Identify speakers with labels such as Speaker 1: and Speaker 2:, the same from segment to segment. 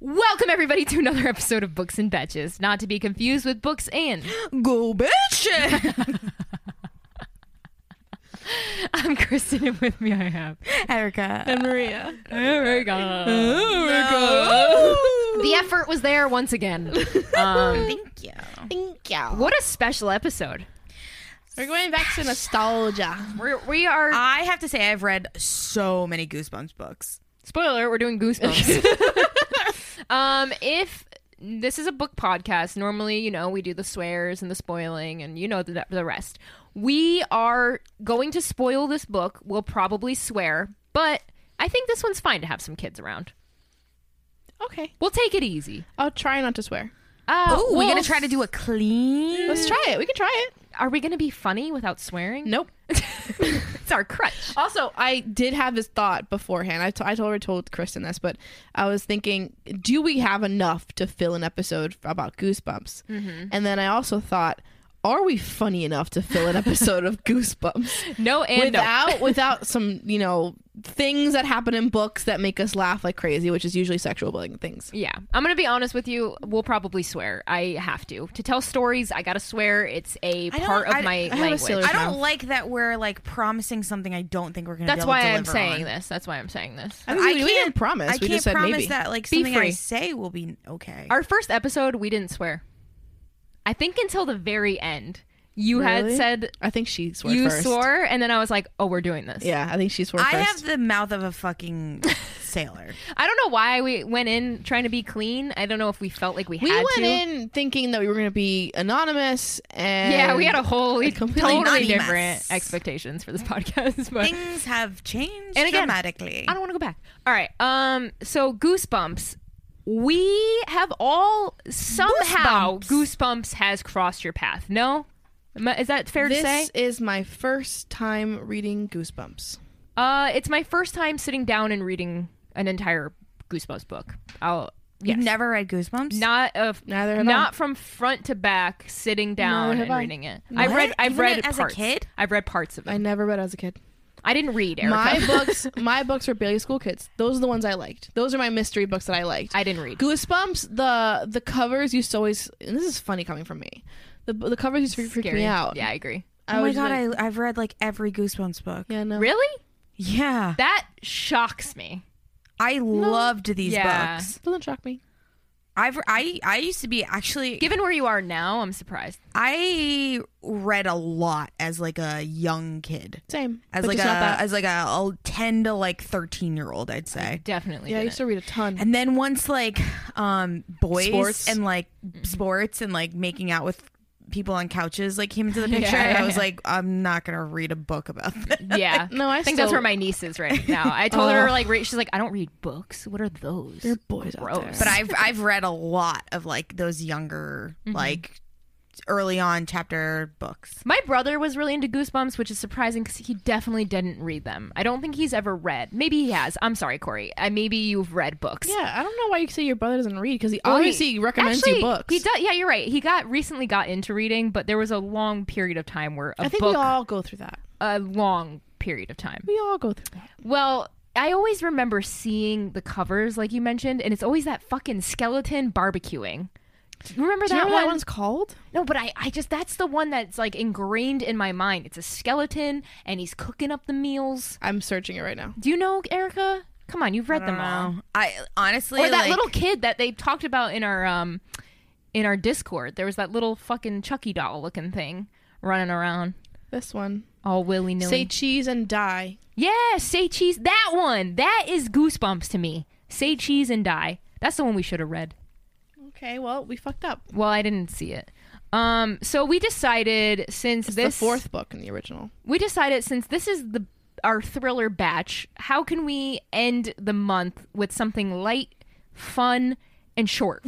Speaker 1: Welcome, everybody, to another episode of Books and Betches. Not to be confused with Books and.
Speaker 2: Go bitch!
Speaker 1: I'm Kristen, and with me I have.
Speaker 2: Erica.
Speaker 3: and Maria.
Speaker 2: Oh.
Speaker 1: The effort was there once again. Um,
Speaker 2: Thank you.
Speaker 3: Thank you.
Speaker 1: what a special episode.
Speaker 3: We're going back to nostalgia.
Speaker 1: We're, we are.
Speaker 2: I have to say, I've read so many Goosebumps books.
Speaker 1: Spoiler, we're doing Goosebumps. um, if this is a book podcast, normally, you know, we do the swears and the spoiling and you know the, the rest. We are going to spoil this book. We'll probably swear, but I think this one's fine to have some kids around.
Speaker 3: Okay.
Speaker 1: We'll take it easy.
Speaker 3: I'll try not to swear.
Speaker 1: Uh,
Speaker 2: Oh,
Speaker 1: well,
Speaker 2: we're gonna try to do a clean.
Speaker 3: Let's try it. We can try it.
Speaker 1: Are we gonna be funny without swearing?
Speaker 3: Nope.
Speaker 1: it's our crutch.
Speaker 3: Also, I did have this thought beforehand. I, t- I already told Kristen this, but I was thinking, do we have enough to fill an episode about Goosebumps? And then I also thought, are we funny enough to fill an episode of Goosebumps
Speaker 1: No, and
Speaker 3: without without some you know things that happen in books that make us laugh like crazy, which is usually sexual bullying things?
Speaker 1: Yeah, I'm gonna be honest with you. We'll probably swear. I have to to tell stories. I gotta swear. It's a
Speaker 2: don't-
Speaker 1: part of
Speaker 2: I-
Speaker 1: my
Speaker 2: I have
Speaker 3: a
Speaker 1: language.
Speaker 3: sailor-
Speaker 2: I don't like that we're like promising something I don't think we're gonna.
Speaker 1: That's
Speaker 2: be able to
Speaker 1: why I'm
Speaker 2: deliver
Speaker 1: saying
Speaker 2: on.
Speaker 1: this. That's why I'm saying this.
Speaker 3: I mean,
Speaker 2: I
Speaker 3: we,
Speaker 2: can't
Speaker 3: we didn't promise.
Speaker 2: I
Speaker 3: we
Speaker 2: can't
Speaker 3: just said
Speaker 2: promise
Speaker 3: maybe.
Speaker 2: that like something I
Speaker 1: free.
Speaker 2: say will be okay.
Speaker 1: Our first episode, we didn't swear. I think until the very end, you had
Speaker 3: Really?
Speaker 1: said
Speaker 3: I think she swore
Speaker 1: you
Speaker 3: first.
Speaker 1: swore, and then I was like, "Oh, we're doing this."
Speaker 3: Yeah, I think she swore
Speaker 2: I
Speaker 3: first.
Speaker 2: have the mouth of a fucking sailor.
Speaker 1: I don't know why we went in trying to be clean. I don't know if we felt like we,
Speaker 3: we
Speaker 1: had
Speaker 3: went
Speaker 1: to.
Speaker 3: in thinking that we were going to be anonymous, and
Speaker 1: yeah, we had a whole
Speaker 3: completely
Speaker 1: totally
Speaker 2: nutty
Speaker 1: different
Speaker 2: mess.
Speaker 1: expectations for this podcast, but
Speaker 2: Things have changed
Speaker 1: And again,
Speaker 2: dramatically.
Speaker 1: I don't want to go back. All right. Um. So goosebumps. We have all somehow goosebumps,
Speaker 2: Goosebumps.
Speaker 1: has crossed your path. No, Am I- is that fair
Speaker 3: This
Speaker 1: to say?
Speaker 3: is my first time reading Goosebumps.
Speaker 1: Uh, it's my first time sitting down and reading an entire goosebumps book. I'll yes.
Speaker 2: You've never read Goosebumps?
Speaker 1: not a
Speaker 3: Neither have
Speaker 1: not from front to back sitting down
Speaker 3: Neither have
Speaker 1: and
Speaker 3: I.
Speaker 1: reading it. I've
Speaker 2: What?
Speaker 1: read I've
Speaker 2: Even
Speaker 1: read
Speaker 2: as a
Speaker 1: parts.
Speaker 2: kid?
Speaker 1: I've read parts of it.
Speaker 3: I never read as a kid.
Speaker 1: I didn't read Mm. Erica.
Speaker 3: My books, my books are Bailey School Kids. Those are the ones I liked. Those are my mystery books that I liked.
Speaker 1: I didn't read.
Speaker 3: Goosebumps. The the covers used to always, and this is funny coming from me. The the covers used to freak
Speaker 1: Scary.
Speaker 3: me out.
Speaker 1: Yeah, I agree.
Speaker 3: I
Speaker 2: Oh my
Speaker 3: was
Speaker 2: god,
Speaker 3: like-
Speaker 2: I, I've read like every Goosebumps book.
Speaker 3: yeah, no.
Speaker 1: Really?
Speaker 2: Yeah,
Speaker 1: That shocks me.
Speaker 2: I loved these
Speaker 1: Yeah.
Speaker 2: books.
Speaker 3: Doesn't shock me.
Speaker 2: I've I I used to be actually
Speaker 1: Given where you are now, I'm surprised.
Speaker 2: I read a lot as like a young kid.
Speaker 3: Same.
Speaker 2: As
Speaker 3: but
Speaker 2: like a
Speaker 3: just not that.
Speaker 2: as like a, a ten to like thirteen year old, I'd say.
Speaker 1: Definitely.
Speaker 3: yeah, I
Speaker 1: didn't.
Speaker 3: used to read a ton.
Speaker 2: And then once like um boys
Speaker 3: Mm-hmm. Sports. Mm-hmm.
Speaker 2: and like sports and like making out with people on couches like came into the picture,
Speaker 1: Yeah,
Speaker 2: I was
Speaker 1: yeah.
Speaker 2: like, I'm not gonna read a book about that.
Speaker 1: Yeah.
Speaker 3: No, I
Speaker 1: think
Speaker 3: still-
Speaker 1: that's where my niece is right now. I told
Speaker 3: Oh.
Speaker 1: her like right- she's like, I don't read books. What are those?
Speaker 3: They're boys out
Speaker 1: Gross.
Speaker 3: there.
Speaker 2: But I've I've read a lot of like those younger like early on chapter books.
Speaker 1: my brother was really into Goosebumps, which is surprising because he definitely didn't read them. I don't think he's ever read. Maybe he has. I'm sorry, Corey. Uh, maybe you've read books.
Speaker 3: Yeah, I don't know why you say your brother doesn't read because he
Speaker 1: Well, he-
Speaker 3: obviously recommends
Speaker 1: actually,
Speaker 3: you books.
Speaker 1: He does. Yeah, you're right. He got recently got into reading, but there was a long period of time where a
Speaker 3: I think
Speaker 1: book,
Speaker 3: we all go through that.
Speaker 1: a long period of time.
Speaker 3: We all go through that.
Speaker 1: Well, I always remember seeing the covers, like you mentioned, and it's always that fucking skeleton barbecuing. Remember
Speaker 3: Do
Speaker 1: that
Speaker 3: you remember
Speaker 1: one?
Speaker 3: that one's called?
Speaker 1: No, but I, I just that's the one that's like ingrained in my mind. It's a skeleton and he's cooking up the meals.
Speaker 3: I'm searching it right now.
Speaker 1: Do you know, Erica? Come on, you've read them all.
Speaker 2: I honestly
Speaker 1: Or that
Speaker 2: like-
Speaker 1: little kid that they talked about in our um in our Discord. There was that little fucking Chucky doll looking thing running around
Speaker 3: This one.
Speaker 1: all willy nilly.
Speaker 3: Say cheese and die.
Speaker 1: yeah, say cheese. That one. That is goosebumps to me. Say cheese and die. That's the one we should have read.
Speaker 3: Okay, well we fucked up.
Speaker 1: Well, I didn't see it. Um, so we decided since
Speaker 3: It's
Speaker 1: this
Speaker 3: the fourth book in the original.
Speaker 1: we decided since this is the our thriller batch, how can we end the month with something light, fun, and short?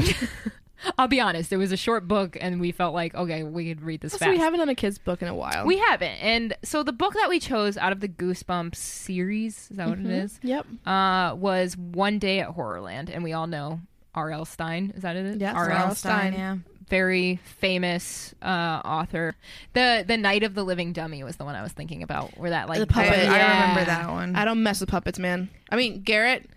Speaker 1: I'll be honest, it was a short book, and we felt like okay, we could read this
Speaker 3: So
Speaker 1: fast.
Speaker 3: we haven't done a kids book in a while.
Speaker 1: We haven't, and so the book that we chose out of the Goosebumps series is that
Speaker 3: Mm-hmm.
Speaker 1: what it is?
Speaker 3: Yep.
Speaker 1: Uh, was One Day at Horrorland, and we all know R.L. Stein. Is that it?
Speaker 3: Yes,
Speaker 1: R.L.
Speaker 3: R.L.
Speaker 2: Ralph Stein,
Speaker 3: Stein.
Speaker 2: yeah.
Speaker 1: very famous uh, author. The The Night of the Living Dummy was the one I was thinking about, where that like
Speaker 3: The
Speaker 2: I,
Speaker 3: puppet.
Speaker 2: I
Speaker 1: Oh, Yeah.
Speaker 2: remember that one.
Speaker 3: I don't mess with puppets, man. I mean Garrett.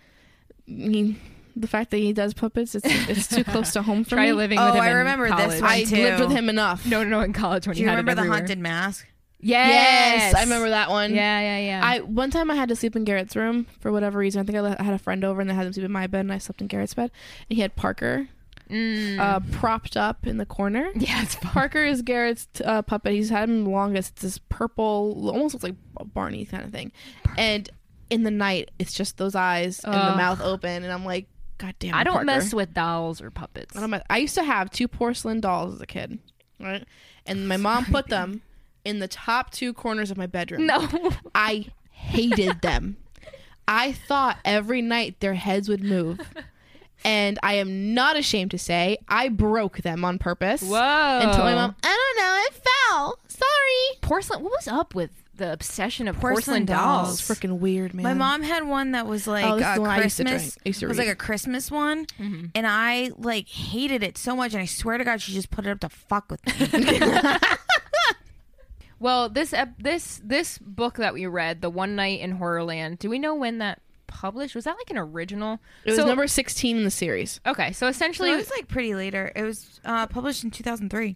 Speaker 3: He, The fact that he does puppets, it's it's too close to home for
Speaker 1: Try
Speaker 3: me.
Speaker 1: living
Speaker 2: Oh,
Speaker 1: with him.
Speaker 2: I
Speaker 1: in
Speaker 2: remember this
Speaker 1: college.
Speaker 2: one.
Speaker 3: I
Speaker 2: too.
Speaker 3: lived with him enough.
Speaker 1: No, no, no, in college when
Speaker 2: Do you
Speaker 1: had
Speaker 2: remember
Speaker 1: it
Speaker 2: the
Speaker 1: everywhere.
Speaker 2: haunted mask?
Speaker 1: Yes.
Speaker 3: I remember that one.
Speaker 1: Yeah, yeah, yeah.
Speaker 3: I one time I had to sleep in Garrett's room for whatever reason. I think I le- I had a friend over and they had him sleep in my bed and I slept in Garrett's bed. And he had Parker
Speaker 1: Mm.
Speaker 3: uh, propped up in the corner.
Speaker 1: yeah, it's fun.
Speaker 3: Parker is Garrett's uh, puppet. He's had him the longest. It's this purple, almost looks like Barney kind of thing. And in the night, it's just those eyes and the
Speaker 1: Ugh.
Speaker 3: mouth open. And I'm like, God damn.
Speaker 1: I don't
Speaker 3: Parker.
Speaker 1: mess with dolls or puppets.
Speaker 3: I, don't mess- I used to have two porcelain dolls as a kid, right? And my mom put them in the top two corners of my bedroom.
Speaker 1: no.
Speaker 3: I hated them. I thought every night their heads would move. And I am not ashamed to say I broke them on purpose.
Speaker 1: Whoa.
Speaker 3: And told my mom, I don't know, it fell. Sorry.
Speaker 1: porcelain. What was up with the obsession of
Speaker 2: Porcelain
Speaker 1: porcelain, dolls?
Speaker 2: dolls.
Speaker 3: Freaking weird, man.
Speaker 2: My mom had one that was like
Speaker 3: Oh, this is the
Speaker 2: a
Speaker 3: one I used to
Speaker 2: Christmas.
Speaker 3: drink- I used to
Speaker 2: it was
Speaker 3: read.
Speaker 2: like a Christmas one, and I like hated it so much. And I swear to God, she just put it up to fuck with me.
Speaker 1: Well, this ep- this this book that we read, the One Night in Horrorland. Do we know when that published? Was that like an original?
Speaker 3: It was
Speaker 1: so,
Speaker 3: number 16 in the series.
Speaker 1: Okay, so
Speaker 2: so
Speaker 1: essentially,
Speaker 2: it was like pretty later. It was uh, published in 2003.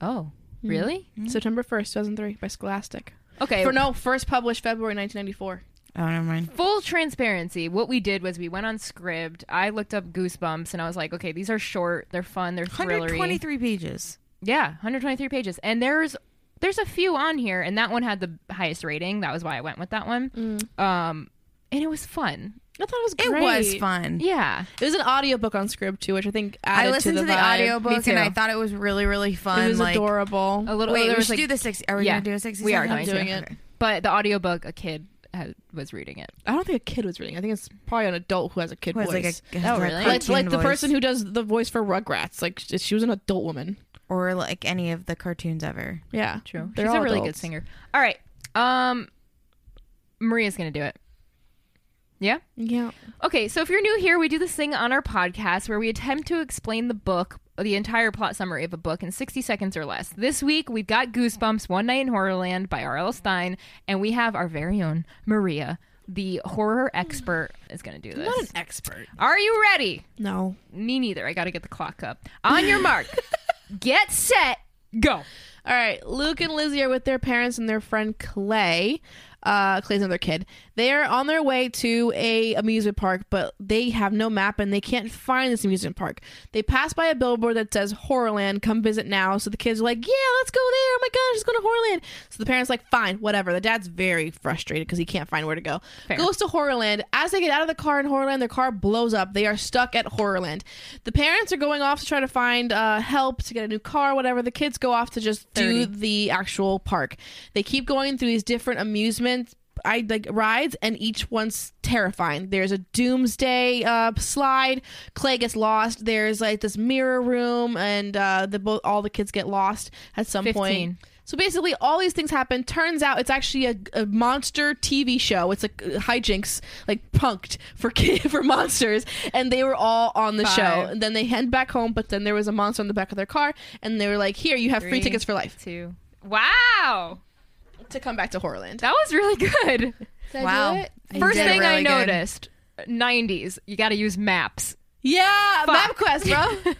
Speaker 1: oh, really?
Speaker 3: September 1st, 2003, by Scholastic.
Speaker 1: Okay,
Speaker 3: Mm-hmm. For no, first published February 1994.
Speaker 2: Oh, never mind.
Speaker 1: full transparency, what we did was we went on Scribd. I looked up Goosebumps, and I was like, okay, these are short, they're fun, they're thrillery.
Speaker 2: 123 pages.
Speaker 1: Yeah, 123 pages, and there's there's a few on here, and that one had the highest rating. That was why I went with that one.
Speaker 3: Mm.
Speaker 1: Um, and it was fun.
Speaker 3: I thought it was
Speaker 2: It
Speaker 3: great.
Speaker 2: was fun.
Speaker 1: Yeah,
Speaker 3: It was an audiobook on Scribd, too, which I think added
Speaker 2: I listened to the,
Speaker 3: vibe.
Speaker 1: Me
Speaker 2: audiobook
Speaker 1: too.
Speaker 2: and I thought it was really, really fun.
Speaker 3: It was
Speaker 2: like,
Speaker 3: adorable.
Speaker 1: a little.
Speaker 2: Wait,
Speaker 1: there
Speaker 2: we
Speaker 1: was
Speaker 2: should
Speaker 1: like
Speaker 2: do the 60. Are we
Speaker 1: Yeah.
Speaker 2: going to do a 60?
Speaker 1: We are
Speaker 2: second?
Speaker 1: going to.
Speaker 3: doing it.
Speaker 2: Okay.
Speaker 1: But the audiobook, a kid had, was reading it.
Speaker 3: I don't think a kid was reading. I think it's probably an adult who has a kid
Speaker 2: It was like
Speaker 3: voice.
Speaker 2: a,
Speaker 1: Oh,
Speaker 2: like a
Speaker 1: really?
Speaker 3: like
Speaker 2: cartoon
Speaker 3: like the
Speaker 2: voice.
Speaker 3: person who does the voice for Rugrats. Like sh- she was an adult woman.
Speaker 2: or like any of the cartoons ever.
Speaker 3: Yeah,
Speaker 1: She's a really good singer. All right. Um Maria's going to do it. Yeah?
Speaker 3: Yeah,
Speaker 1: Okay, so if you're new here, we do this thing on our podcast where we attempt to explain the book, the entire plot summary of a book in 60 seconds or less. This week, we've got Goosebumps One Night in Horrorland by R.L. Stein, and we have our very own Maria, the horror expert, is going to do
Speaker 3: not an
Speaker 1: this.
Speaker 3: expert.
Speaker 1: Are you ready?
Speaker 3: No,
Speaker 1: Me neither. I got to get the clock up. On your mark, get set, go.
Speaker 3: All right, Luke and Lizzie are with their parents and their friend Clay. Uh, Clay's another kid. They are on their way to a amusement park, but they have no map and they can't find this amusement park. They pass by a billboard that says Horrorland, come visit now. So the kids are like, "Yeah, let's go there! Oh my gosh, let's go to Horrorland!" So the parents like, "Fine, whatever." The dad's very frustrated because he can't find where to go.
Speaker 1: Fair.
Speaker 3: Goes to Horrorland. As they get out of the car in Horrorland, their car blows up. They are stuck at Horrorland. The parents are going off to try to find uh, help to get a new car, whatever. The kids go off to just do the actual park. They keep going through these different amusements. I like rides, and each one's terrifying. There's a doomsday uh, slide. Clay gets lost. There's like this mirror room, and uh, the bo- all the kids get lost at some
Speaker 1: 15.
Speaker 3: point. So basically, all these things happen. Turns out it's actually a, a monster TV show. It's like uh, hijinks, like punked for kid, for monsters, and they were all on the
Speaker 1: Five.
Speaker 3: show. And then they head back home, but then there was a monster on the back of their car, and they were like, "Here, you have free
Speaker 1: Three.
Speaker 3: tickets for life
Speaker 1: Two. Wow.
Speaker 3: to come back to Horrorland."
Speaker 1: That was really good.
Speaker 2: Wow. it? You
Speaker 1: First
Speaker 2: did
Speaker 1: thing I
Speaker 2: really good.
Speaker 1: noticed, 90s, you got to use maps.
Speaker 3: Yeah,
Speaker 1: Fuck.
Speaker 3: MapQuest, bro.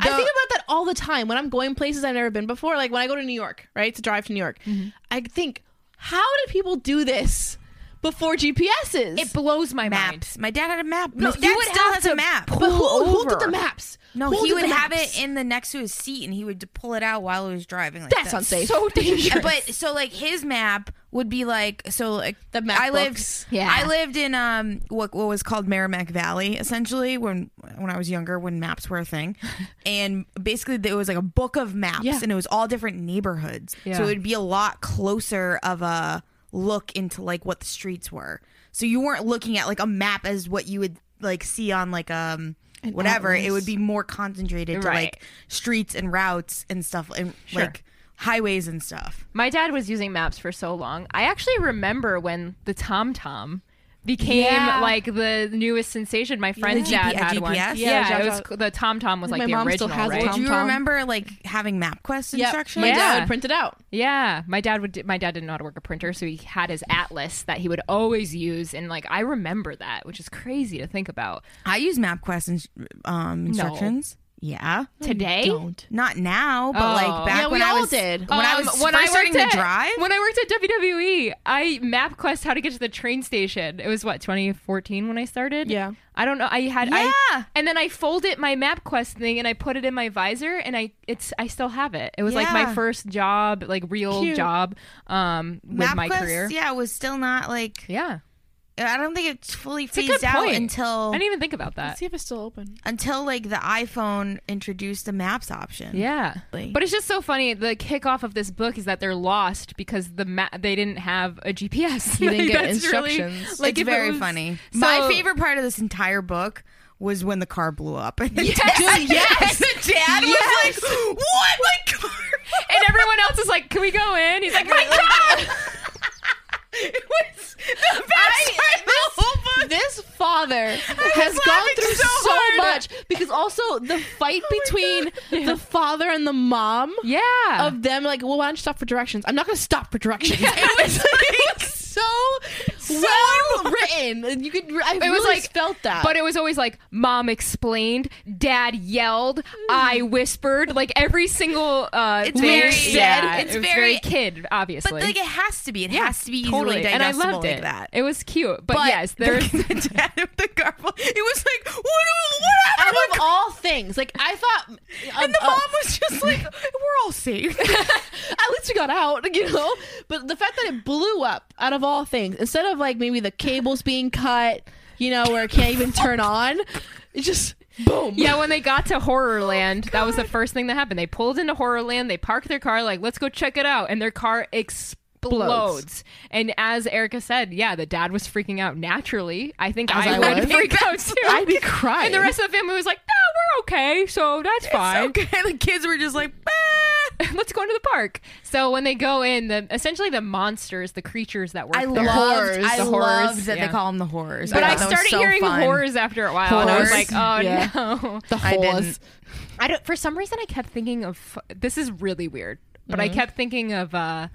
Speaker 3: I think about that all the time when I'm going places I've never been before. Like when I go to New York, right, to drive to New York,
Speaker 2: Mm-hmm.
Speaker 3: I think, how did people do this before GPSs?
Speaker 1: It blows my mind.
Speaker 2: Maps. My dad had a map.
Speaker 1: No,
Speaker 2: My
Speaker 1: you
Speaker 2: dad
Speaker 1: would
Speaker 2: still
Speaker 1: have
Speaker 2: has
Speaker 1: to
Speaker 2: a map.
Speaker 1: pull-
Speaker 3: but who, who
Speaker 1: over.
Speaker 3: did the maps?
Speaker 2: No,
Speaker 3: Who
Speaker 2: he
Speaker 3: did
Speaker 2: would
Speaker 3: the
Speaker 2: have
Speaker 3: maps?
Speaker 2: it in the next to his seat, and he would pull it out while he was driving. Like
Speaker 3: That's
Speaker 2: this.
Speaker 3: unsafe.
Speaker 1: So dangerous.
Speaker 2: But so like his map would be like so like
Speaker 3: The map
Speaker 2: I
Speaker 3: books.
Speaker 2: lived
Speaker 1: Yeah.
Speaker 2: I lived in um what what was called Merrimack Valley essentially when when I was younger when maps were a thing, and basically there was like a book of maps
Speaker 3: Yeah.
Speaker 2: and it was all different neighborhoods.
Speaker 1: Yeah.
Speaker 2: So it would be a lot closer of a look into like what the streets were. So you weren't looking at like a map as what you would like see on like um.
Speaker 3: An
Speaker 2: Whatever, it
Speaker 3: atlas.
Speaker 2: would be more concentrated to
Speaker 1: Right.
Speaker 2: like streets and routes and stuff, and
Speaker 1: Sure.
Speaker 2: like highways and stuff.
Speaker 1: my dad was using maps for so long. I actually remember when the TomTom became
Speaker 3: Yeah.
Speaker 1: like the newest sensation. My friend's
Speaker 2: Yeah.
Speaker 1: dad
Speaker 2: The
Speaker 1: had
Speaker 2: GPS?
Speaker 1: one. Yeah,
Speaker 3: Yeah,
Speaker 1: it was
Speaker 3: Java-
Speaker 1: c- the Tom Tom was
Speaker 3: My
Speaker 1: like the
Speaker 3: mom
Speaker 1: original,
Speaker 3: still has a
Speaker 1: right?
Speaker 3: Tom
Speaker 2: Do you
Speaker 3: Tom.
Speaker 2: remember like having MapQuest
Speaker 3: Yep.
Speaker 2: instructions?
Speaker 3: My
Speaker 1: Yeah.
Speaker 3: dad would print it out.
Speaker 1: Yeah, my dad would. My dad didn't know how to work a printer, so he had his atlas that he would always use, and like I remember that, which is crazy to think about
Speaker 2: I use MapQuest in, um, instructions. Yeah.
Speaker 1: today.
Speaker 3: Don't.
Speaker 2: Not now, but
Speaker 1: Oh.
Speaker 2: like back
Speaker 3: Yeah, we
Speaker 2: when I
Speaker 3: all
Speaker 2: was
Speaker 3: did.
Speaker 2: when I
Speaker 1: Um,
Speaker 2: was first starting
Speaker 1: worked
Speaker 2: to
Speaker 1: at,
Speaker 2: drive.
Speaker 1: When I worked at WWE, I MapQuest how to get to the train station. It was what 2014 when I started.
Speaker 3: Yeah.
Speaker 1: I don't know. I had
Speaker 2: Yeah.
Speaker 1: I, and then I folded my MapQuest thing and I put it in my visor and I it's I still have it. It was like my
Speaker 2: Yeah.
Speaker 1: first job, like real
Speaker 3: Cute.
Speaker 1: job, um, with my
Speaker 2: MapQuest,
Speaker 1: career.
Speaker 2: yeah, was still not like
Speaker 1: Yeah.
Speaker 2: I don't think it's fully
Speaker 1: It's a good
Speaker 2: phased out
Speaker 1: point. I
Speaker 2: until
Speaker 1: didn't even think about that.
Speaker 3: Let's see if it's still open.
Speaker 2: until like the iPhone introduced the maps option.
Speaker 1: Yeah,
Speaker 3: Like-
Speaker 1: but it's just so funny. The kickoff of this book is that they're lost because the ma- they didn't have a GPS.
Speaker 3: You didn't get
Speaker 1: That's really-
Speaker 3: instructions.
Speaker 1: like
Speaker 2: it's
Speaker 1: if it
Speaker 2: very
Speaker 1: was-
Speaker 2: funny.
Speaker 1: So-
Speaker 2: My favorite part of this entire book was when the car blew up. And the dad,
Speaker 3: Dude, yes.
Speaker 2: and the dad
Speaker 1: Yes.
Speaker 2: was like, "What? My car!"
Speaker 1: and everyone else is like, "Can we go in?" He's like, "My God!"
Speaker 2: it was the best part of the whole book.
Speaker 3: This father has gone
Speaker 2: laughing
Speaker 3: through so,
Speaker 2: so hard.
Speaker 3: much because also the fight between the father and the mom
Speaker 1: Yeah,
Speaker 3: of them like, well, why don't you stop for directions? I'm not going to stop for directions. It was like so, well written. And You could, I really
Speaker 1: was like-
Speaker 3: felt that.
Speaker 1: but it was always like, "Mom explained," "Dad yelled," "I whispered." Like every single uh,
Speaker 2: Mm-hmm. It's
Speaker 1: lyric
Speaker 2: very-
Speaker 1: said,
Speaker 2: yeah,
Speaker 1: it
Speaker 2: it's
Speaker 1: was
Speaker 2: very-
Speaker 1: kid, obviously.
Speaker 2: But like, it has to be. It has to be easily
Speaker 1: totally, and I
Speaker 2: digestible
Speaker 1: loved
Speaker 2: like
Speaker 1: it.
Speaker 2: that.
Speaker 1: It was cute, but,
Speaker 3: But
Speaker 1: yes, there's
Speaker 2: the dad with the car. blew- It was like, what? What
Speaker 3: out
Speaker 2: happened?
Speaker 3: of all things, like I thought, uh,
Speaker 2: and the mom was just like, "We're all safe."
Speaker 3: at least we got out, you know. But the fact that it blew up out of all things, instead of like maybe the cables being cut, you know, where it can't even turn on, it just boom.
Speaker 1: Yeah, when they got to Horrorland, that was the first thing that happened. They pulled into Horrorland, they parked their car, like, let's go check it out. And their car explodes.
Speaker 3: Explodes.
Speaker 1: And as Erica said, yeah, the dad was freaking out naturally. I think
Speaker 3: As
Speaker 1: I,
Speaker 3: I
Speaker 1: would
Speaker 3: would.
Speaker 1: freak out too.
Speaker 3: I'd be crying.
Speaker 1: and the rest of the family was like, no, we're okay, so that's fine.
Speaker 2: okay, the kids were just like, "Ah."
Speaker 1: Let's go into the park. So when they go in, the essentially the monsters, the creatures that were
Speaker 2: I
Speaker 1: there.
Speaker 2: loved,
Speaker 3: horrors.
Speaker 2: I
Speaker 3: The
Speaker 1: horrors,
Speaker 2: loved that
Speaker 1: yeah.
Speaker 2: they call them the horrors.
Speaker 1: but I
Speaker 2: thought that was
Speaker 1: started
Speaker 2: so
Speaker 1: hearing
Speaker 2: fun.
Speaker 1: horrors after a while, and I was like, "Oh
Speaker 3: Horrors? Yeah.
Speaker 1: no!"
Speaker 3: the
Speaker 2: I didn't.
Speaker 1: I don't. For some reason, I kept thinking of this is really weird, but
Speaker 3: Mm-hmm.
Speaker 1: I kept thinking of uh,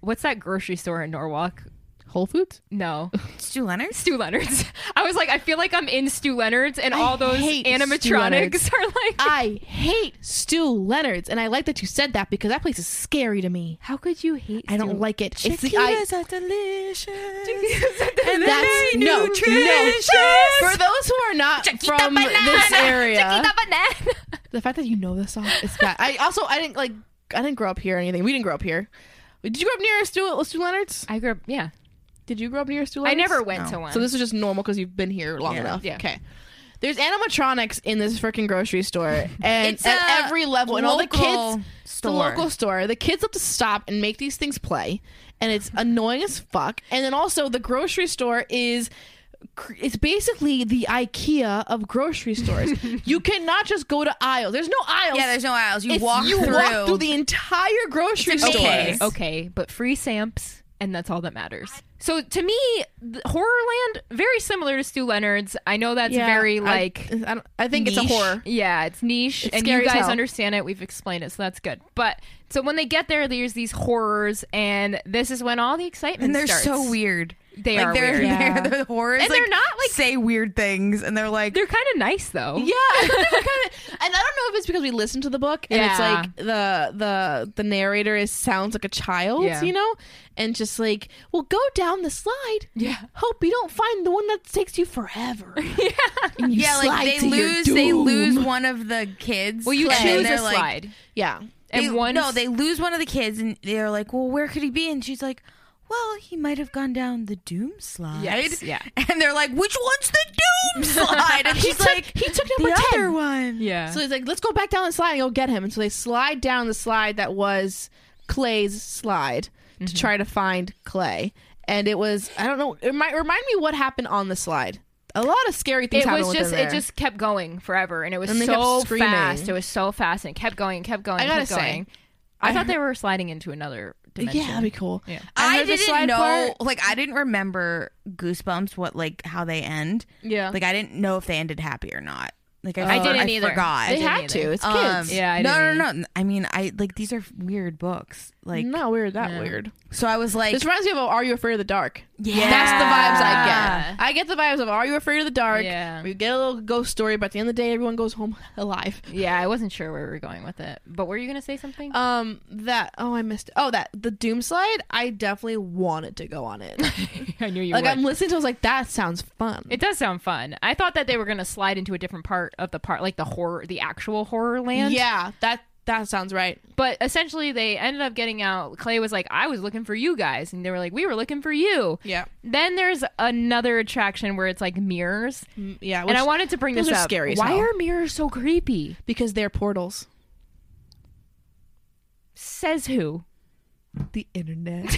Speaker 1: what's that grocery store in Norwalk?
Speaker 3: Whole Foods.
Speaker 1: No,
Speaker 2: Stu Leonard.
Speaker 1: Stu Leonard's. I was like, I feel like I'm in Stu Leonard's, and
Speaker 3: I
Speaker 1: all those
Speaker 3: hate
Speaker 1: animatronics
Speaker 3: Stu
Speaker 1: are like,
Speaker 3: I hate Stu Leonard's, and I like that you said that because that place is scary to me.
Speaker 1: how could you hate?
Speaker 3: I don't like it. It's the, I,
Speaker 2: are delicious.
Speaker 1: it.
Speaker 3: that's no, no.
Speaker 2: nutritious.
Speaker 3: For those who are not from this area, the fact that you know the song is bad. I also I didn't like I didn't grow up here or anything. We didn't grow up here. Did you grow up near Stu, Stu Leonard's?
Speaker 1: I grew up. Yeah,
Speaker 3: Did you grow up near Stu
Speaker 1: I
Speaker 3: Leonard's?
Speaker 1: never went to one.
Speaker 3: So this is just normal because you've been here long
Speaker 2: Yeah.
Speaker 3: enough.
Speaker 1: Yeah.
Speaker 3: Okay. There's animatronics in this freaking grocery store, and
Speaker 2: It's
Speaker 3: at
Speaker 2: a
Speaker 3: every level, and all the
Speaker 2: local
Speaker 3: kids,
Speaker 2: store.
Speaker 3: the local store, the kids have to stop and make these things play, and it's annoying as fuck. And then also the grocery store is. cr- It's basically the IKEA of grocery stores. you cannot just go to aisles. There's no aisles.
Speaker 2: Yeah, there's no aisles. You
Speaker 3: It's-
Speaker 2: walk
Speaker 3: you
Speaker 2: through.
Speaker 3: walk through the entire grocery
Speaker 2: It's a
Speaker 3: store.
Speaker 1: okay,
Speaker 2: Yes.
Speaker 1: okay, but free samps, and that's all that matters. So to me, the Horrorland very similar to Stu Leonard's. I know that's
Speaker 3: Yeah,
Speaker 1: very
Speaker 3: I-
Speaker 1: like
Speaker 3: I, don't- I think it's
Speaker 2: niche.
Speaker 3: a horror.
Speaker 1: yeah, it's niche, and
Speaker 3: scary
Speaker 1: you
Speaker 3: as
Speaker 1: guys
Speaker 3: hell.
Speaker 1: understand it. We've explained it, so that's good. But so when they get there, there's these horrors, and this is when all the excitement
Speaker 2: and they're
Speaker 1: starts.
Speaker 2: so weird.
Speaker 1: They
Speaker 2: like
Speaker 1: are
Speaker 2: they're,
Speaker 1: weird.
Speaker 3: Yeah.
Speaker 2: They're, they're horrors,
Speaker 1: And
Speaker 2: like,
Speaker 1: they're not, like-
Speaker 2: say weird things, and they're like,
Speaker 1: They're kind of nice though.
Speaker 3: Yeah, I think we're kinda- and I don't know if it's because we listened to the book and it's
Speaker 1: Yeah.
Speaker 3: like the the the narrator is sounds like a child,
Speaker 1: Yeah.
Speaker 3: you know, and just like, well, go down the slide.
Speaker 1: Yeah.
Speaker 3: hope you don't find the one that takes you forever. Yeah, and you
Speaker 2: yeah, like
Speaker 3: slide
Speaker 2: they
Speaker 3: to your
Speaker 2: lose, they
Speaker 3: doom.
Speaker 2: lose one of the kids.
Speaker 1: Well, you
Speaker 2: and
Speaker 1: choose
Speaker 2: they're
Speaker 1: a
Speaker 2: like-
Speaker 1: slide,
Speaker 3: Yeah,
Speaker 1: and
Speaker 2: they-
Speaker 1: one
Speaker 2: no, they lose one of the kids, and they're like, "Well, where could he be?" And she's like, "Well, he might have gone down the doom slide."
Speaker 1: Yes, yeah.
Speaker 2: And they're like, "Which one's the doom slide?" And
Speaker 3: He
Speaker 2: she's
Speaker 3: took-
Speaker 2: like,
Speaker 3: he took
Speaker 2: the
Speaker 3: number 10.
Speaker 2: other one."
Speaker 1: yeah.
Speaker 3: So he's like, let's go back down the slide and go get him. And so they slide down the slide that was Clay's slide to try to find Clay. And it was, I don't know, it might remind me what happened on the slide. A lot of scary things
Speaker 1: it
Speaker 3: happened
Speaker 1: was
Speaker 3: within
Speaker 1: just
Speaker 3: there.
Speaker 1: it just kept going forever, and it was
Speaker 3: And they kept
Speaker 1: so
Speaker 3: screaming.
Speaker 1: fast. It was so fast, and it kept going, kept going.
Speaker 3: I gotta
Speaker 1: kept going.
Speaker 3: say,
Speaker 1: I, thought they were sliding into another dimension.
Speaker 3: Yeah, that'd be cool.
Speaker 1: Yeah.
Speaker 3: I
Speaker 2: I
Speaker 3: heard the
Speaker 2: didn't
Speaker 3: slide
Speaker 2: know,
Speaker 3: part-
Speaker 2: like, I didn't remember Goosebumps. What, like, how they end?
Speaker 3: Yeah.
Speaker 2: Like, I didn't know if they ended happy or not. Like, I,
Speaker 1: I
Speaker 2: for-
Speaker 1: didn't either.
Speaker 2: Forgot.
Speaker 1: I
Speaker 3: they
Speaker 1: didn't
Speaker 3: had
Speaker 1: either.
Speaker 3: to. It's
Speaker 2: Um,
Speaker 3: kids.
Speaker 1: Yeah, I
Speaker 2: no,
Speaker 1: didn't
Speaker 2: no, no. I mean, I like these are weird books. Like,
Speaker 3: not weird. That
Speaker 1: No.
Speaker 3: weird.
Speaker 2: so I was like,
Speaker 3: This reminds me of Are You Afraid of the Dark?
Speaker 2: yeah,
Speaker 3: That's the vibes I
Speaker 1: Yeah.
Speaker 3: get. I get the vibes of Are You Afraid of the Dark?
Speaker 1: Yeah.
Speaker 3: We get a little ghost story, but at the end of the day, everyone goes home alive.
Speaker 1: Yeah, I wasn't sure where we were going with it. But were you gonna say something?
Speaker 3: Um, that oh I missed. Oh, that the Doom slide. I definitely wanted to go on it.
Speaker 1: I knew you
Speaker 3: like
Speaker 1: would.
Speaker 3: I'm listening to, it, I was like, that sounds fun.
Speaker 1: It does sound fun. I thought that they were gonna slide into a different part of the part, like the horror, the actual horror land.
Speaker 3: yeah, that that sounds right.
Speaker 1: But essentially, they ended up getting out. Clay was like, "I was looking for you guys," and they were like, "We were looking for you."
Speaker 3: Yeah,
Speaker 1: Then there's another attraction where it's like mirrors,
Speaker 3: Mm, yeah.
Speaker 1: and
Speaker 3: which-
Speaker 1: I wanted to bring
Speaker 3: those
Speaker 1: this
Speaker 3: are
Speaker 1: up.
Speaker 3: scary as
Speaker 1: Why
Speaker 3: hell.
Speaker 1: are mirrors so creepy?
Speaker 3: because they're portals.
Speaker 1: Says who?
Speaker 3: The internet.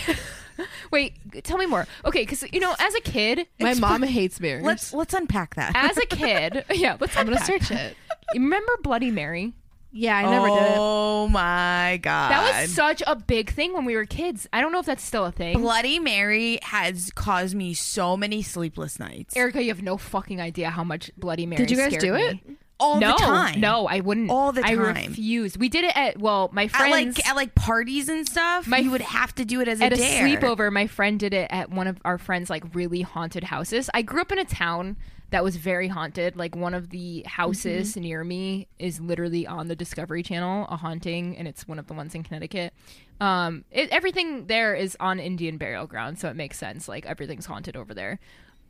Speaker 1: Wait, tell me more. Okay, because you know, as a kid,
Speaker 3: My mom hates mirrors.
Speaker 2: Let's let's unpack that.
Speaker 1: as a kid, yeah. Let's
Speaker 3: I'm gonna
Speaker 1: unpack
Speaker 3: search
Speaker 1: that.
Speaker 3: it.
Speaker 1: Remember Bloody Mary?
Speaker 3: Yeah, I never did. it.
Speaker 2: Oh my god,
Speaker 1: That was such a big thing when we were kids. I don't know if that's still a thing.
Speaker 2: Bloody Mary has caused me so many sleepless nights.
Speaker 1: Erica, you have no fucking idea how much Bloody Mary.
Speaker 3: Did you guys
Speaker 1: scared
Speaker 3: do it?
Speaker 1: me.
Speaker 2: all
Speaker 1: no,
Speaker 2: the time.
Speaker 1: no, I wouldn't.
Speaker 2: All the
Speaker 1: I
Speaker 2: time.
Speaker 1: refused. We did it at well, my
Speaker 2: at
Speaker 1: friends
Speaker 2: like at like parties and stuff,
Speaker 1: My-
Speaker 2: you would have to do it as a
Speaker 1: at a
Speaker 2: dare.
Speaker 1: sleepover. My friend did it at one of our friends' like really haunted houses. I grew up in a town that was very haunted. Like one of the houses
Speaker 2: Mm-hmm.
Speaker 1: near me is literally on the Discovery Channel, a haunting, and it's one of the ones in Connecticut. Um, it, everything there is on Indian burial ground, so it makes sense. Like everything's haunted over there.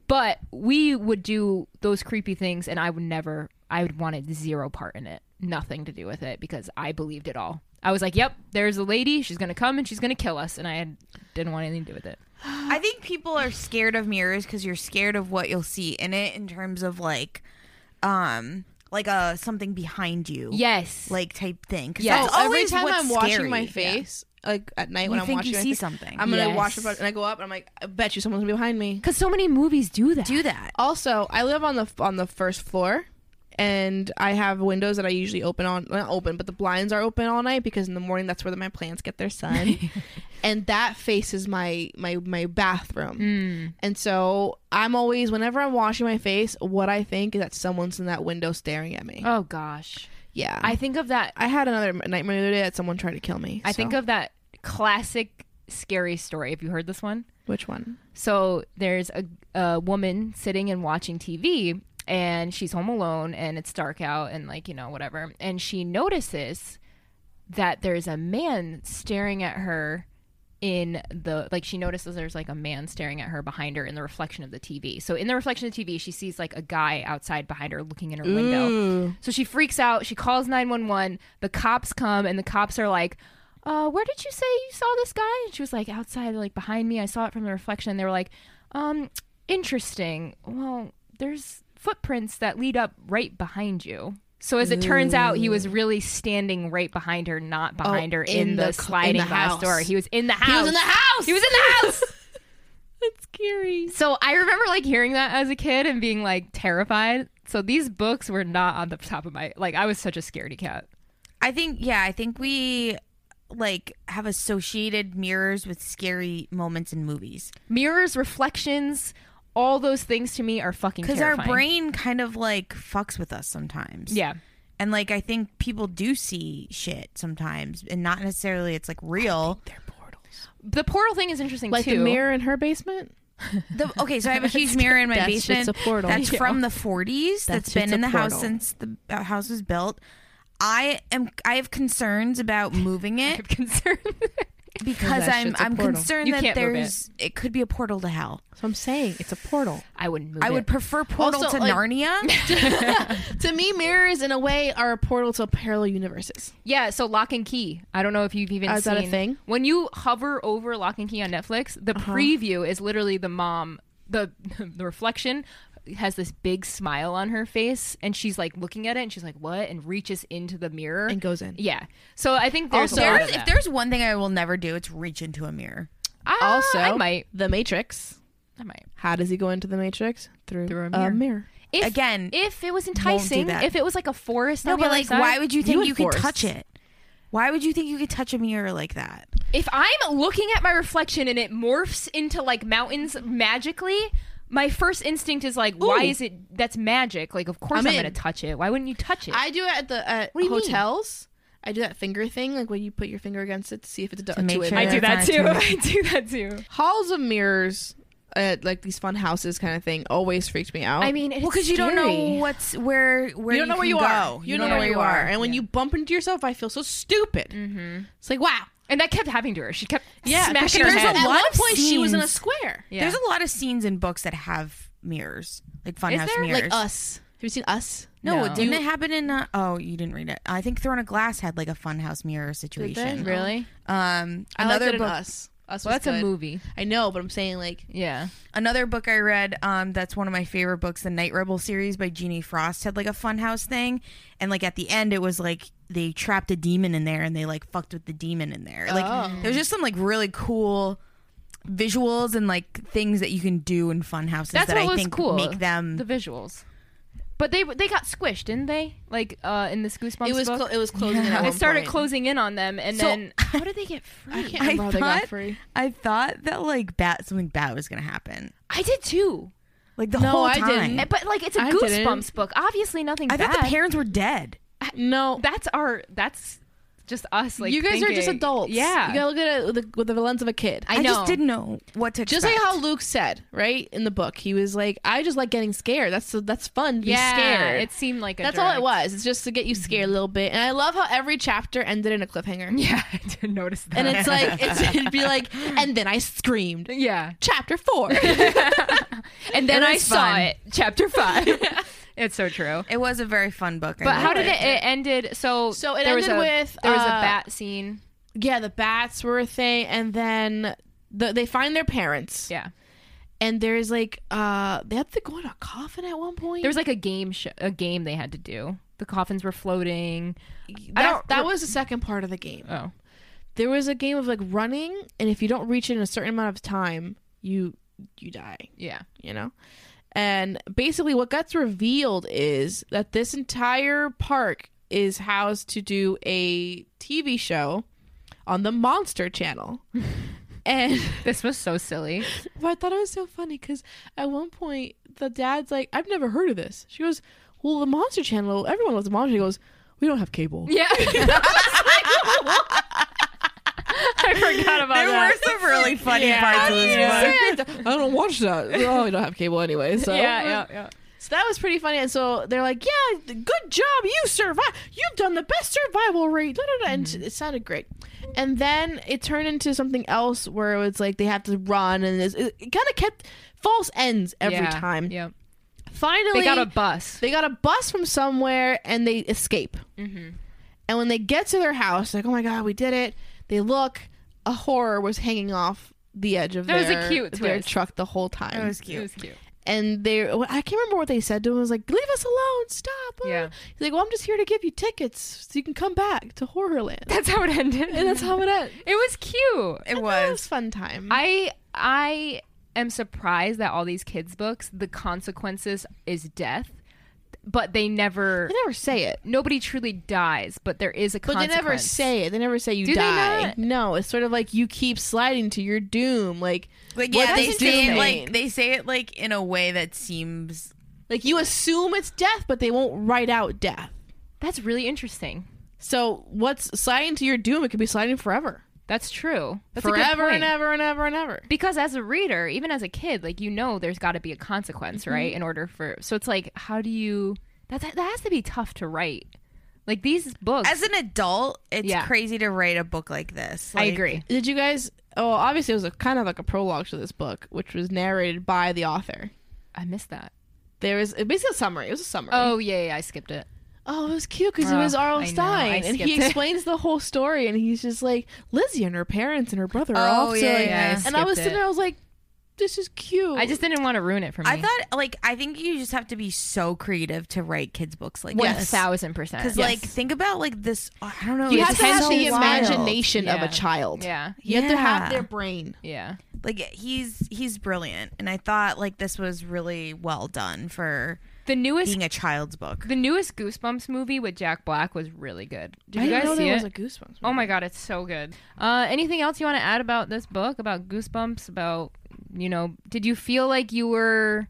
Speaker 1: But we would do those creepy things, and I would never. I would wanted zero part in it, nothing to do with it, because I believed it all. I was like, "Yep, there's a lady. She's gonna come and she's gonna kill us," and I had, didn't want anything to do with it.
Speaker 2: I think people are scared of mirrors because you're scared of what you'll see in it in terms of like, um, like a something behind you,
Speaker 1: Yes,
Speaker 2: like type thing. 'Cause
Speaker 1: Yeah.
Speaker 2: that's
Speaker 1: Oh,
Speaker 2: always
Speaker 3: every time
Speaker 2: what's
Speaker 3: I'm
Speaker 2: scary.
Speaker 3: washing my face, like at night when
Speaker 2: You
Speaker 3: I'm
Speaker 2: think
Speaker 3: washing,
Speaker 2: you
Speaker 3: my
Speaker 2: see
Speaker 3: face,
Speaker 2: something.
Speaker 3: I'm gonna wash
Speaker 1: Yes.
Speaker 3: my and I go up and I'm like, I bet you someone's gonna be behind me.
Speaker 1: because so many movies do that.
Speaker 2: do that.
Speaker 3: Also, I live on the on the first floor, and I have windows that I usually open on well, not open, but the blinds are open all night because in the morning that's where my plants get their sun, and that faces my my my bathroom. And so I'm always whenever I'm washing my face, what I think is that someone's in that window staring at me.
Speaker 1: Oh gosh,
Speaker 3: yeah,
Speaker 1: I
Speaker 3: I
Speaker 1: think of that.
Speaker 3: I had another nightmare the other day that someone tried to kill me.
Speaker 1: I
Speaker 3: so-
Speaker 1: think of that classic scary story. Have you heard this one?
Speaker 3: which one?
Speaker 1: So there's a, a woman sitting and watching TV, and she's home alone, and it's dark out, and like, you know, whatever. And she notices that there's a man staring at her in the like she notices there's like a man staring at her behind her in the reflection of the TV. So in the reflection of the TV, she sees like a guy outside behind her looking in her window. So she freaks out, she calls 911, the cops come and the cops are like, "Uh, where did you say you saw this guy?" And she was like, "Outside like behind me. I saw it from the reflection." And they were like, "Um, interesting. Well, there's footprints that lead up right behind you." So as it turns out, he was really standing right behind her, not behind her in,
Speaker 3: in
Speaker 1: the,
Speaker 3: the c- in
Speaker 1: sliding
Speaker 3: the
Speaker 1: glass
Speaker 3: house.
Speaker 1: door. He was in the house.
Speaker 3: He was in the house.
Speaker 1: He was in the house.
Speaker 3: It's scary.
Speaker 1: so I remember like hearing that as a kid and being like terrified. So these books were not on the top of my like. I was such a scaredy cat.
Speaker 2: I think yeah, I think we like have associated mirrors with scary moments in movies
Speaker 1: Mirrors, reflections, all those things to me are fucking
Speaker 2: because our
Speaker 1: terrifying.
Speaker 2: brain kind of like fucks with us sometimes.
Speaker 1: Yeah.
Speaker 2: and like I think people do see shit sometimes, and not necessarily it's like real.
Speaker 3: They're portals.
Speaker 1: The portal thing is interesting
Speaker 3: Like
Speaker 1: too.
Speaker 3: the mirror in her basement.
Speaker 2: The, okay, so I have a huge mirror in my
Speaker 3: That's just
Speaker 2: basement.
Speaker 3: a portal.
Speaker 2: That's
Speaker 3: Yeah.
Speaker 2: from the 40s.
Speaker 3: That's
Speaker 2: that's been
Speaker 3: just a
Speaker 2: in the house
Speaker 3: portal.
Speaker 2: since the uh, house was built. I am. I have concerns about moving
Speaker 1: I
Speaker 2: it
Speaker 1: have concern.
Speaker 2: because
Speaker 3: that
Speaker 2: I'm.
Speaker 3: shit's a
Speaker 2: I'm
Speaker 3: portal.
Speaker 2: concerned
Speaker 1: You
Speaker 2: that
Speaker 1: can't move it.
Speaker 2: there's. It. could be a portal to hell.
Speaker 3: So I'm saying it's a portal.
Speaker 1: I wouldn't move.
Speaker 2: I would
Speaker 1: it.
Speaker 2: prefer portal
Speaker 3: Also,
Speaker 2: to
Speaker 3: like-
Speaker 2: Narnia.
Speaker 3: to me, mirrors in a way are a portal to parallel universes.
Speaker 1: Yeah, so Lock and Key. I don't know if you've even
Speaker 3: Oh,
Speaker 1: seen
Speaker 3: is that a thing?
Speaker 1: When you hover over Lock and Key on Netflix, the preview is literally the mom, the the reflection has this big smile on her face, and she's like looking at it, and she's like, "What?" and reaches into the mirror
Speaker 3: And goes in.
Speaker 1: Yeah, so I think there's
Speaker 3: Also-
Speaker 1: a lot
Speaker 2: There's-
Speaker 1: of
Speaker 2: if
Speaker 1: that.
Speaker 2: there's one thing I will never do, it's reach into a mirror.
Speaker 1: Ah,
Speaker 3: Also,
Speaker 1: I might,
Speaker 3: the Matrix.
Speaker 1: I might.
Speaker 3: How does he go into the Matrix through,
Speaker 1: Through a
Speaker 3: a
Speaker 1: mirror.
Speaker 3: mirror?
Speaker 1: If,
Speaker 2: Again,
Speaker 1: if it was enticing,
Speaker 2: that.
Speaker 1: if it was like a forest,
Speaker 2: No,
Speaker 1: on the
Speaker 2: but
Speaker 1: other
Speaker 2: like,
Speaker 1: side-
Speaker 2: why would you think
Speaker 3: and
Speaker 2: you could
Speaker 3: forests.
Speaker 2: touch it? Why would you think you could touch a mirror like that?
Speaker 1: If I'm looking at my reflection and it morphs into like mountains magically, my first instinct is like, why
Speaker 3: Ooh.
Speaker 1: is it? That's magic. Like, of course
Speaker 3: I'm
Speaker 1: I'm,
Speaker 3: in.
Speaker 1: gonna touch it. Why wouldn't you touch it?
Speaker 3: I do it at the at
Speaker 1: What do you mean?
Speaker 3: hotels. I do that finger thing, like when you put your finger against it to see if it's a to
Speaker 2: make
Speaker 3: a
Speaker 2: sure
Speaker 1: I
Speaker 3: mirror.
Speaker 1: do that
Speaker 2: that's
Speaker 1: too.
Speaker 2: not
Speaker 1: I do that too.
Speaker 3: Halls of mirrors at like these fun houses kind of thing always freaked me out.
Speaker 1: I mean, it's
Speaker 2: Well, because you don't know
Speaker 1: scary.
Speaker 2: what's where where
Speaker 3: you don't know where
Speaker 2: can
Speaker 3: you
Speaker 2: go.
Speaker 3: are. You, don't know where you are. And when
Speaker 1: Yeah.
Speaker 3: you bump into yourself, I feel so stupid. It's like wow.
Speaker 1: And that kept happening to her. She kept
Speaker 3: Yeah, 'cause
Speaker 1: smashing
Speaker 3: she
Speaker 1: her
Speaker 3: was
Speaker 1: head.
Speaker 3: At
Speaker 2: lot
Speaker 3: one
Speaker 2: of
Speaker 3: point, she was in a
Speaker 2: scenes.
Speaker 3: square.
Speaker 1: Yeah.
Speaker 2: There's a lot of scenes in books that have mirrors, like funhouse
Speaker 1: there?
Speaker 2: mirrors.
Speaker 1: Like
Speaker 3: Us. Have you seen Us?
Speaker 2: no,
Speaker 1: No.
Speaker 2: didn't
Speaker 1: You-
Speaker 2: it happen in? Uh, oh, you didn't read it. I think Throne of Glass had like a funhouse mirror situation.
Speaker 1: really?
Speaker 2: Um,
Speaker 3: I liked
Speaker 2: another
Speaker 3: it in
Speaker 2: book,
Speaker 3: Us. Us was
Speaker 1: Well, that's
Speaker 3: good.
Speaker 1: a movie.
Speaker 3: I know, but I'm saying like
Speaker 1: Yeah.
Speaker 2: another book I read. Um, that's one of my favorite books, the Night Rebel series by Jeannie Frost had like a funhouse thing, and like at the end it was like they trapped a demon in there and they like fucked with the demon in there. Like
Speaker 3: Oh.
Speaker 2: there's just some like really cool visuals and like things that you can do in fun houses
Speaker 1: That's
Speaker 2: that
Speaker 1: what
Speaker 2: I
Speaker 1: was
Speaker 2: think
Speaker 1: cool.
Speaker 2: make them
Speaker 1: The visuals. But they they got squished, didn't they? Like uh, in this Goosebumps
Speaker 3: it was
Speaker 1: book.
Speaker 3: clo- it was closing. in at
Speaker 1: it
Speaker 3: one
Speaker 1: started
Speaker 3: point.
Speaker 1: closing in on them, and
Speaker 2: So-
Speaker 1: then how did they get free?
Speaker 3: I can't remember how they got free.
Speaker 2: I thought that like bat something bad was gonna happen.
Speaker 1: I did too.
Speaker 2: Like the
Speaker 3: No,
Speaker 2: whole
Speaker 3: I
Speaker 2: time.
Speaker 3: didn't.
Speaker 1: Eh, But like, it's a
Speaker 3: I didn't.
Speaker 1: Goosebumps book. Obviously, nothing.
Speaker 2: I
Speaker 1: bad.
Speaker 2: thought the parents were dead.
Speaker 3: No,
Speaker 1: That's our. That's just us. Like
Speaker 3: you guys are just
Speaker 1: thinking-
Speaker 3: adults.
Speaker 1: Yeah.
Speaker 3: you gotta look at it with the, with the lens of a kid.
Speaker 1: I
Speaker 2: I,
Speaker 1: know.
Speaker 2: just didn't know what to expect.
Speaker 3: just like how Luke said, right in the book, he was like, "I just like getting scared. That's that's fun. To
Speaker 1: yeah.
Speaker 3: be scared.
Speaker 1: It seemed like a Mm-hmm.
Speaker 3: that's
Speaker 1: direct.
Speaker 3: all it was. It's just to get you scared a little bit." And I love how every chapter ended in a cliffhanger.
Speaker 1: Yeah, I didn't notice that.
Speaker 3: And it's like it's, it'd be like, and then I screamed.
Speaker 1: yeah,
Speaker 3: Chapter four.
Speaker 1: and
Speaker 2: It
Speaker 1: then I
Speaker 2: was
Speaker 1: saw
Speaker 2: fun.
Speaker 1: it. Chapter five. it's so true.
Speaker 2: it was a very fun book. I
Speaker 1: But how
Speaker 2: loved
Speaker 1: did it? It ended. So
Speaker 3: So it
Speaker 1: there was
Speaker 3: ended
Speaker 1: a-
Speaker 3: with,
Speaker 1: there was a
Speaker 3: uh,
Speaker 1: bat scene.
Speaker 3: yeah, the bats were a thing, and then the, they find their parents,
Speaker 1: Yeah.
Speaker 3: and there's like, uh, they have to go in a coffin at one point.
Speaker 1: There was like a game show, a game they had to do. The coffins were floating. I
Speaker 3: that,
Speaker 1: don't
Speaker 3: that
Speaker 1: re-
Speaker 3: was the second part of the game.
Speaker 1: Oh,
Speaker 3: there was a game of like running and if you don't reach it in a certain amount of time you you die
Speaker 1: yeah.
Speaker 3: you know and basically what gets revealed is that this entire park is housed to do a tv show on the monster channel and
Speaker 1: This was so silly.
Speaker 3: but i thought it was so funny because at one point the dad's like i've never heard of this she goes well the monster channel everyone loves the monster he goes we don't have cable
Speaker 1: Yeah. I forgot about
Speaker 2: There
Speaker 1: that.
Speaker 2: were some really funny parts of this book.
Speaker 3: I don't watch that. Oh, we don't have cable anyway. So
Speaker 1: Yeah, yeah, yeah.
Speaker 3: So that was pretty funny. And so they're like, "Yeah, good job. You survived. You've done the best survival rate." Da, da, da. And
Speaker 1: Mm-hmm.
Speaker 3: it sounded great. And then it turned into something else where it was like they have to run, and it's- it, kind of kept false ends every
Speaker 1: Yeah,
Speaker 3: time.
Speaker 1: Yeah.
Speaker 3: Finally,
Speaker 1: They got a bus.
Speaker 3: they got a bus from somewhere and they escape. And when they get to their house, like, oh my god, we did it. They look, a horror was hanging off the edge of
Speaker 1: That was a
Speaker 3: their,
Speaker 1: cute
Speaker 3: their
Speaker 1: twist.
Speaker 3: truck the whole time.
Speaker 2: It was cute.
Speaker 1: It was cute.
Speaker 3: and they, I can't remember what they said to him. It was like, leave us alone, stop. ah."
Speaker 1: Yeah.
Speaker 3: He's like, well, I'm just here to give you tickets so you can come back to Horrorland.
Speaker 1: That's how it ended.
Speaker 3: and that's how it ends.
Speaker 1: it was cute.
Speaker 2: It
Speaker 3: That
Speaker 2: was.
Speaker 3: was a fun time.
Speaker 1: I I am surprised that all these kids books the consequences is death, but they never
Speaker 3: they never say it.
Speaker 1: nobody truly dies, but there is a
Speaker 3: But they
Speaker 1: consequence.
Speaker 3: never say it. They never say you
Speaker 1: Do they
Speaker 3: die.
Speaker 1: not?
Speaker 3: No, it's sort of like you keep sliding to your doom. Like,
Speaker 2: Like
Speaker 3: What
Speaker 2: yeah, they
Speaker 3: does
Speaker 2: say
Speaker 3: doom
Speaker 2: it
Speaker 3: mean?
Speaker 2: like they say it like in a way that seems
Speaker 3: Like you assume it's death, but they won't write out death.
Speaker 1: That's really interesting.
Speaker 3: So what's sliding to your doom? It could be sliding forever,
Speaker 1: That's true. That's a good
Speaker 3: forever
Speaker 1: point.
Speaker 3: and ever and ever and ever.
Speaker 1: because as a reader even as a kid like you know there's got to be a consequence right in order for so it's like how do you that, that that has to be tough to write like these books
Speaker 2: as an adult, it's
Speaker 1: Yeah.
Speaker 2: crazy to write a book like this.
Speaker 1: i
Speaker 2: Like,
Speaker 1: agree
Speaker 3: Did you guys? Oh, obviously it was a kind of like a prologue to this book, which was narrated by the author.
Speaker 1: i missed that
Speaker 3: There was it was basically a summary. It was a summary.
Speaker 1: oh yeah, yeah i skipped it
Speaker 3: Oh, it was cute because it
Speaker 1: Oh,
Speaker 3: was
Speaker 1: I
Speaker 3: R.L.
Speaker 1: know. I
Speaker 3: Stein, and he
Speaker 1: skipped it.
Speaker 3: explains the whole story, and he's just like Lizzie and her parents and her brother
Speaker 2: Oh,
Speaker 3: are off to
Speaker 2: yeah,
Speaker 3: like,
Speaker 2: yeah.
Speaker 1: I
Speaker 3: and I was
Speaker 1: skipped
Speaker 3: sitting
Speaker 1: it.
Speaker 3: there, I was like, this is cute.
Speaker 1: I just didn't want to ruin it for me.
Speaker 2: I thought like I think you just have to be so creative to write kids books like
Speaker 1: one
Speaker 2: this.
Speaker 1: thousand percent.
Speaker 2: Because like think about like this. I don't know.
Speaker 3: you
Speaker 2: it's
Speaker 3: have to have
Speaker 2: so
Speaker 3: the
Speaker 2: wild.
Speaker 3: imagination of
Speaker 1: Yeah.
Speaker 3: a child.
Speaker 1: yeah,
Speaker 3: You have to
Speaker 2: Yeah.
Speaker 3: have their brain.
Speaker 1: yeah.
Speaker 2: Like he's he's brilliant, and I thought like this was really well done for
Speaker 1: The newest,
Speaker 2: being a child's book.
Speaker 1: the newest Goosebumps movie with Jack Black was really good. Did
Speaker 3: I
Speaker 1: you
Speaker 3: didn't
Speaker 1: guys
Speaker 3: know
Speaker 1: see
Speaker 3: there
Speaker 1: it?
Speaker 3: was a Goosebumps.
Speaker 1: oh my god, it's so good. Uh, anything else you want to add about this book? About Goosebumps? About you know? Did you feel like you were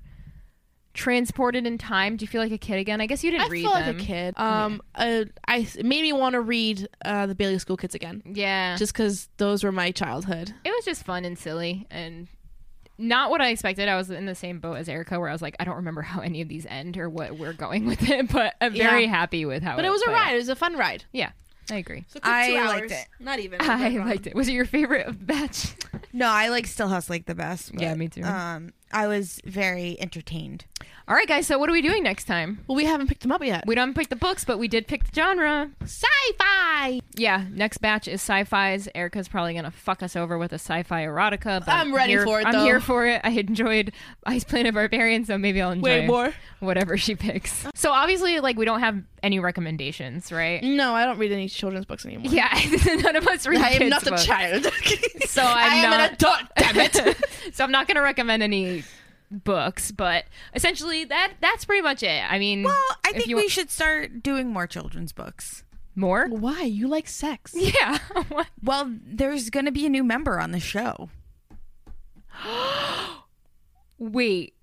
Speaker 1: transported in time? Do you feel like a kid again? I guess you didn't
Speaker 3: I
Speaker 1: read
Speaker 3: feel
Speaker 1: them.
Speaker 3: like a kid. Um, uh, I it made me want to read uh, the Bailey School Kids again,
Speaker 1: Yeah, Oh,
Speaker 3: just because those were my childhood.
Speaker 1: it was just fun and silly and. Not what I expected. I was in the same boat as Erica, where I was like, I don't remember how any of these end or what we're going with it, but I'm very
Speaker 3: Yeah.
Speaker 1: happy with how.
Speaker 3: But it was a
Speaker 1: played out.
Speaker 3: ride. It was a fun ride.
Speaker 1: Yeah, I agree.
Speaker 3: So
Speaker 2: I liked it.
Speaker 3: Not even.
Speaker 1: I liked it. Was it your favorite of the batch?
Speaker 2: No, I like Still House like the best. but,
Speaker 1: Yeah, me too.
Speaker 2: Um, I was very entertained.
Speaker 1: All right, guys. So what are we doing next time?
Speaker 3: Well, we haven't picked them up yet.
Speaker 1: We don't pick the books, but we did pick the genre.
Speaker 3: Sci-fi.
Speaker 1: Yeah, next batch is sci-fi's. Erica's probably gonna fuck us over with a sci-fi erotica. But
Speaker 3: I'm ready
Speaker 1: here-
Speaker 3: for it,
Speaker 1: I'm
Speaker 3: though.
Speaker 1: here for it. I enjoyed Ice Planet Barbarian, so maybe I'll enjoy
Speaker 3: Way more.
Speaker 1: whatever she picks. So obviously, like we don't have any recommendations, right?
Speaker 3: No, I don't read any children's books anymore.
Speaker 1: Yeah, none of us read.
Speaker 3: Mm. I am
Speaker 1: kids'
Speaker 3: not a
Speaker 1: books.
Speaker 3: child.
Speaker 1: So I'm
Speaker 3: I am
Speaker 1: not-
Speaker 3: an adult. Damn it.
Speaker 1: so I'm not going to recommend any books, but essentially that that's pretty much it. I mean,
Speaker 2: Well, I
Speaker 1: if
Speaker 2: think
Speaker 1: you-
Speaker 2: we should start doing more children's books.
Speaker 1: more.
Speaker 3: Why you like sex?
Speaker 1: Yeah. What?
Speaker 2: Well, there's going to be a new member on the show.
Speaker 1: Wait.